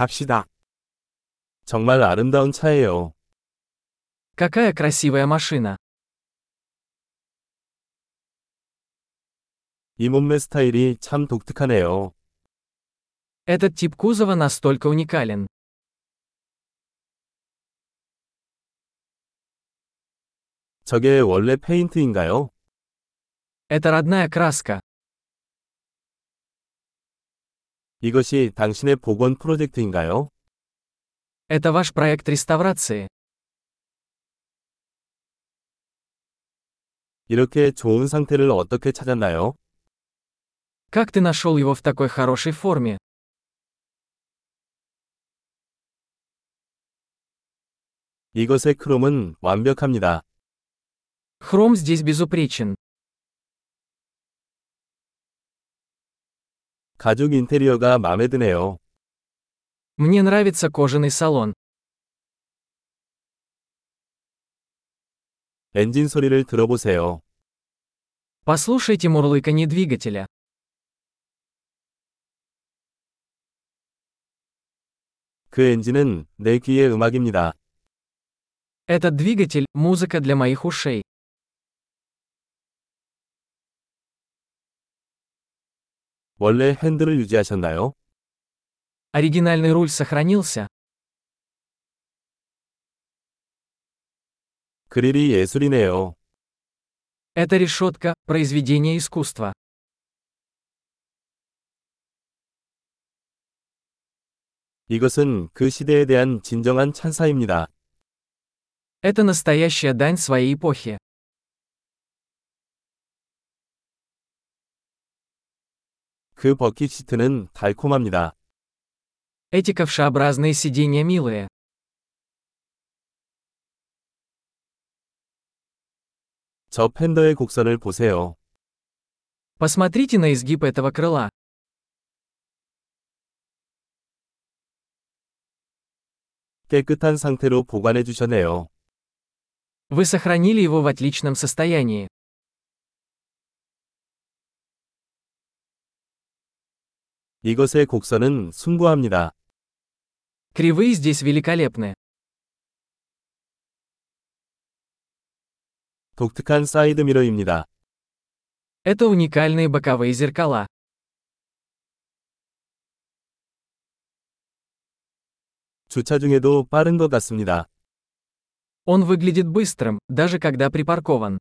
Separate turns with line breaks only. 갑시다.
정말 아름다운 차예요.
Какая красивая машина.
이 몸매 스타일이 참 독특하네요.
Этот тип кузова настолько уникален.
저게 원래 페인트인가요?
Это родная краска.
이것이 당신의 복원 프로젝트인가요?
Это ваш проект реставрации.
이렇게 좋은 상태를 어떻게 찾았나요?
Как ты нашел его в такой хорошей форме?
이것의 크롬은 완벽합니다.
Хром здесь безупречен.
가죽 인테리어가 마음에 드네요.
Мне нравится кожаный салон.
엔진 소리를 들어보세요.
Послушайте мурлыканье двигателя.
그 엔진은 내 귀의 음악입니다.
Этот двигатель – музыка для моих ушей.
원래 핸들을 유지하셨나요?
Оригинальный руль сохранился.
그릴이 예술이네요.
Эта решетка – произведение искусства.
이것은 그 시대에 대한 진정한 찬사입니다.
Это настоящая дань своей эпохи.
그 버킷 시트는 달콤합니다.
Эти ковшеобразные сиденья милые.
저 팬더의 곡선을 보세요.
Посмотрите на изгиб этого крыла.
깨끗한 상태로 보관해 주셨네요.
Вы сохранили его в отличном состоянии.
이것의 곡선은 숭고합니다.
Кривые здесь великолепны.
독특한 사이드 미러입니다.
Это уникальные боковые зеркала.
주차 중에도 빠른 것 같습니다.
Он выглядит быстрым, даже когда припаркован.